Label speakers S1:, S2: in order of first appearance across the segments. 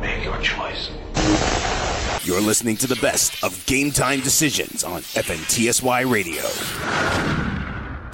S1: Make your choice.
S2: You're listening to the best of game time decisions on FNTSY Radio.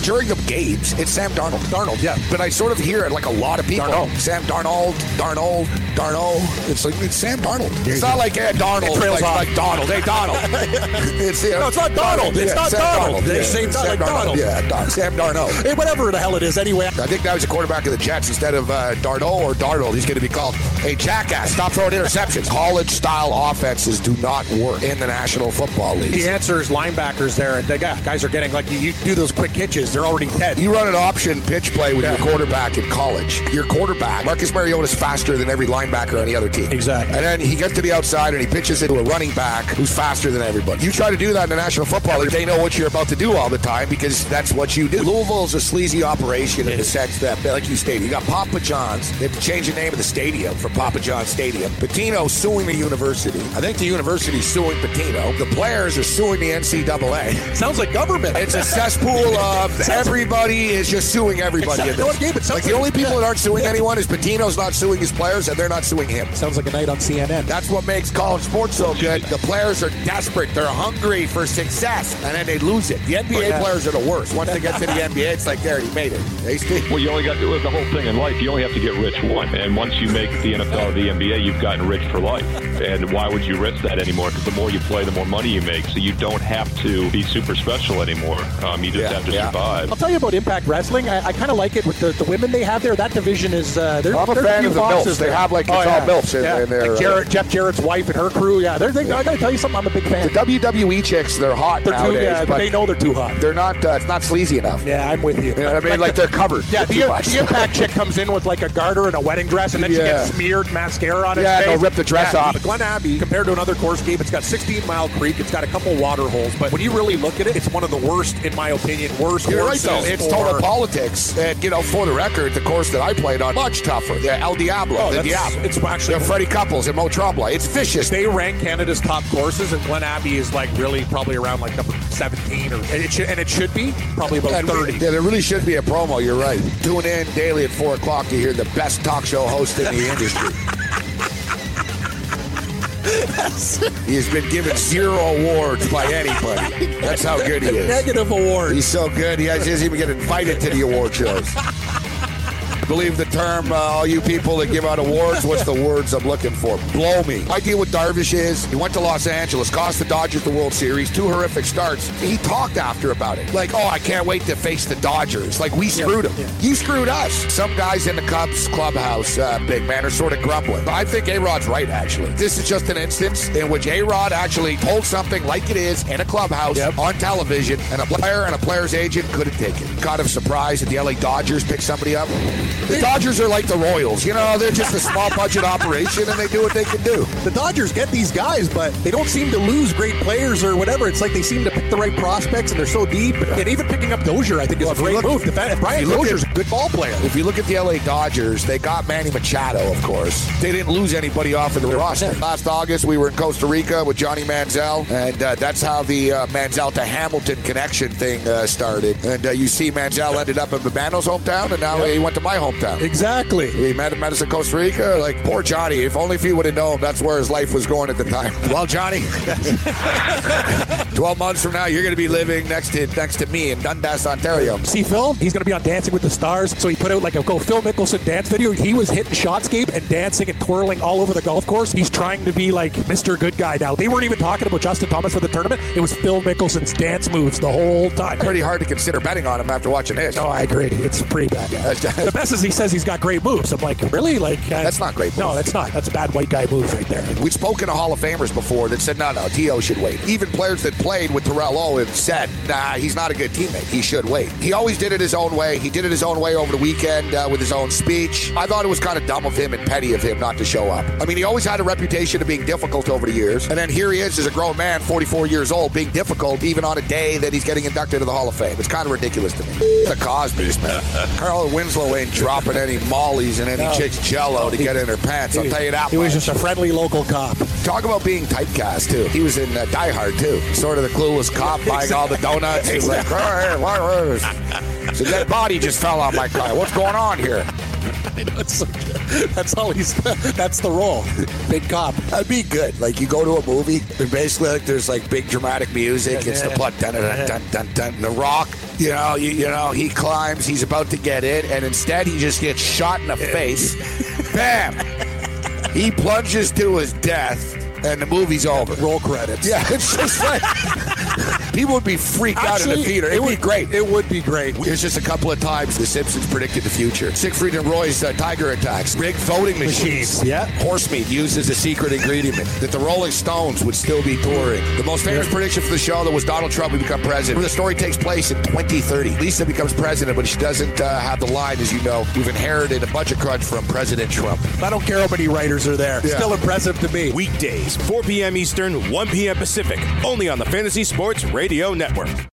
S3: During the games, it's Sam Darnold. Darnold, yeah. But I sort of hear it like a lot of people.
S4: Darnold.
S3: Sam Darnold, Darnold, Darnold. It's like it's Sam Darnold. It's not like yeah, Darnold.
S4: It trails
S3: like,
S4: off.
S3: like Donald. Hey, Donald. it's, yeah,
S4: No, it's not Donald. It's not
S3: Sam
S4: Donald. They
S3: Yeah,
S4: say it's not
S3: Sam
S4: like
S3: Darnold.
S4: Donald.
S3: Yeah, Don, Sam Darnold.
S4: Hey, whatever the hell it is, anyway.
S3: I think now he's a quarterback of the Jets instead of uh, Darnold or Darnold. He's going to be called a jackass. Stop throwing interceptions. College style offenses do not work in the National Football League.
S4: The answer is linebackers there. And the guy- guys are getting, like, you, you do those quick hitches, they're already dead.
S3: You run an option pitch play with
S4: Yeah.
S3: your quarterback in college. Your quarterback, Marcus Mariota, is faster than every linebacker on the other team.
S4: Exactly.
S3: And then he gets to the outside and he pitches it to a running back who's faster than everybody. You try to do that in the National Football League, they know what you're about to do all the time because that's what you do. Louisville's a sleazy operation in the sense that, like you stated, you got Papa John's. They have to change the name of the stadium from Papa John's Stadium. Patino suing the university. I think the university's suing Patino. The players are suing the NCAA.
S4: Sounds like government.
S3: It's a cesspool of everybody is just suing everybody.
S4: Exactly.
S3: in this.
S4: What game? It sounds
S3: Like the
S4: like-
S3: only people that aren't suing anyone is Patino's not suing his players, and they're not suing him.
S4: Sounds like a night on CNN.
S3: That's what makes college sports so good. The players are desperate. They're hungry for success, and then they lose it. The NBA
S4: Yeah.
S3: players are the worst. Once they get to the NBA, it's like they already made it. They stink.
S5: Well, you only got to, the whole thing in life. You only have to get rich one, and once you make the NFL or the NBA, you've gotten rich for life. And why would you risk that anymore? Because the more you play, the more money you make. So you don't have to be super special anymore. Um, you just
S3: Yeah,
S5: have to
S3: yeah.
S5: survive.
S4: I'll tell you about Impact Wrestling. I, I kind of like it with the, the women they have there. That division is uh, they're,
S3: I'm a
S4: they're
S3: fan
S4: few
S3: of the
S4: bosses
S3: MILFs. They
S4: there.
S3: have, like, it's all MILFs in-
S4: Oh, yeah.
S3: in their,
S4: Like
S3: uh,
S4: Jarrett, Jeff Jarrett's wife and her crew. Yeah, they're, they I gotta tell you something. I'm a big fan.
S3: The WWE chicks, they're hot
S4: They're too,
S3: nowadays,
S4: yeah,
S3: but
S4: they know they're too hot.
S3: they're not. Uh, it's not sleazy enough.
S4: Yeah, I'm with you.
S3: You know what I mean? Like they're covered.
S4: Yeah,
S3: with
S4: the,
S3: too much.
S4: the impact chick comes in with like a garter and a wedding dress, and then she
S3: Yeah.
S4: gets smeared mascara on
S3: Yeah,
S4: her face.
S3: they'll rip the dress
S4: Yeah,
S3: off.
S4: Glen Abbey, compared to another course game, it's got 16 Mile Creek. It's got a couple water holes, but when you really look at it, it's one of the worst, in my opinion, worst.
S3: You're right,
S4: courses
S3: though. It's
S4: for-
S3: total politics. And, you know, for the record, the course that I played on, much tougher. The El Diablo,
S4: Oh,
S3: the
S4: that's-
S3: Diablo.
S4: it's actually-
S3: The Freddie Couples and Mo Trembla. It's vicious.
S4: They rank Canada's top courses, and Glen Abbey is like really probably around like number 17, or and it should, and it should be probably about
S3: And
S4: 30.
S3: Yeah, there really should be a promo. You're right. Tune in daily at 4 o'clock to hear the best talk show host in the industry. he has been given zero awards by anybody. That's how good he is.
S4: Negative award.
S3: He's so good. He doesn't even get invited to the award shows. I Believe the term, uh, all you people that give out awards, what's the words I'm looking for? Blow me. I deal with Darvish is. He went to Los Angeles, cost the Dodgers the World Series, two horrific starts. He talked after about it. Like, oh, I can't wait to face the Dodgers. Like, we screwed him. You screwed us. Some guys in the Cubs clubhouse, uh, big man, are sort of grumbling. But I think A-Rod's right, actually. This is just an instance in which A-Rod actually told something like it is in a clubhouse
S4: Yep.
S3: on television, and a player and a player's agent couldn't take it. Kind of surprised that the LA Dodgers picked somebody up. The Dodgers are like the Royals, you know, they're just a small budget operation and they do what they can do.
S6: the Dodgers get these guys, but they don't seem to lose great players or whatever. It's like they seem to pick the right prospects, and they're so deep.
S4: And even picking up Dozier, I think, is
S3: Well,
S4: a
S3: if you
S4: great
S3: look-
S4: move. The fact, Brian
S3: if you look
S4: Dozier's
S3: at-
S4: a good ball player.
S3: If you look at the LA Dodgers, they got Manny Machado, of course. They didn't lose anybody off of the roster. Last August, we were in Costa Rica with Johnny Manziel, and uh, that's how the uh, Manziel to Hamilton connection thing uh, started. And uh, you see, Manziel ended up in Babano's hometown, and now he went to my hometown.
S4: Exactly.
S3: He met him Madison, Costa Rica. Like, poor Johnny. If only if he would have known that's where his life was going at the time. Well, Johnny, 12 months from now, you're going to be living next to next to me in Dundas, Ontario.
S4: See Phil? He's going to be on Dancing with the Stars. So he put out like a go Phil Mickelson dance video. He was hitting shotscape and dancing and twirling all over the golf course. He's trying to be like Mr. Good Guy now. They weren't even talking about Justin Thomas for the tournament. It was Phil Mickelson's dance moves the whole time. Oh,
S3: Pretty hard to consider betting on him after watching this.
S4: No, I agree. It's pretty bad.
S3: That's-
S4: the best is he says he's he's got great moves. I'm like, really? Like uh,
S3: That's not great
S4: No,
S3: move.
S4: that's not. That's a bad white guy move right there.
S3: We've spoken to Hall of Famers before that said, no, no, T.O. should wait. Even players that played with Terrell Owens said, nah, he's not a good teammate. He should wait. He always did it his own way. He did it his own way over the weekend uh, with his own speech. I thought it was kind of dumb of him and petty of him not to show up. I mean, he always had a reputation of being difficult over the years. And then here he is as a grown man, 44 years old, being difficult even on a day that he's getting inducted to the Hall of Fame. It's kind of ridiculous to me. The Cosby's, man. Carl Winslow ain't dropping any mollies in any chick's jello to get in her pants. I'll tell you that
S4: He
S3: much.
S4: was just a friendly local cop.
S3: Talk about being typecast too. He was in uh, Die Hard too. Sort of the clueless cop buying all the donuts. He's like, "Hey, what was-" so that body just fell on my car. What's going on here?
S4: I know, it's so good. That's all he's. That's the role. Big cop.
S3: That'd be good. Like you go to a movie, and basically like there's like big dramatic music. It's the plot, dun dun dun dun dun. The Rock, you know, you, you know, he climbs. He's about to get in, and instead he just gets shot in the face. Bam! He plunges to his death, and the movie's over.
S4: Roll credits.
S3: Yeah, it's just like people would be freaked out in the theater. It'd
S4: would
S3: be great.
S4: It would be great.
S3: There's just a couple of times the Simpsons predicted the future. Siegfried and Roy's uh, tiger attacks, rigged voting machines.
S4: Machines, yeah.
S3: Horse meat used as a secret ingredient that the Rolling Stones would still be touring. The most famous prediction for the show that was Donald Trump would become president. Where the story takes place in 2030. Lisa becomes president, but she doesn't uh, have the line, as you know. We've inherited a budget crunch from President Trump.
S4: I don't care how many writers are there.
S3: Yeah.
S4: Still impressive to me.
S2: Weekdays, 4 p.m. Eastern, 1 p.m. Pacific, only on the Fantasy Sports Radio Network.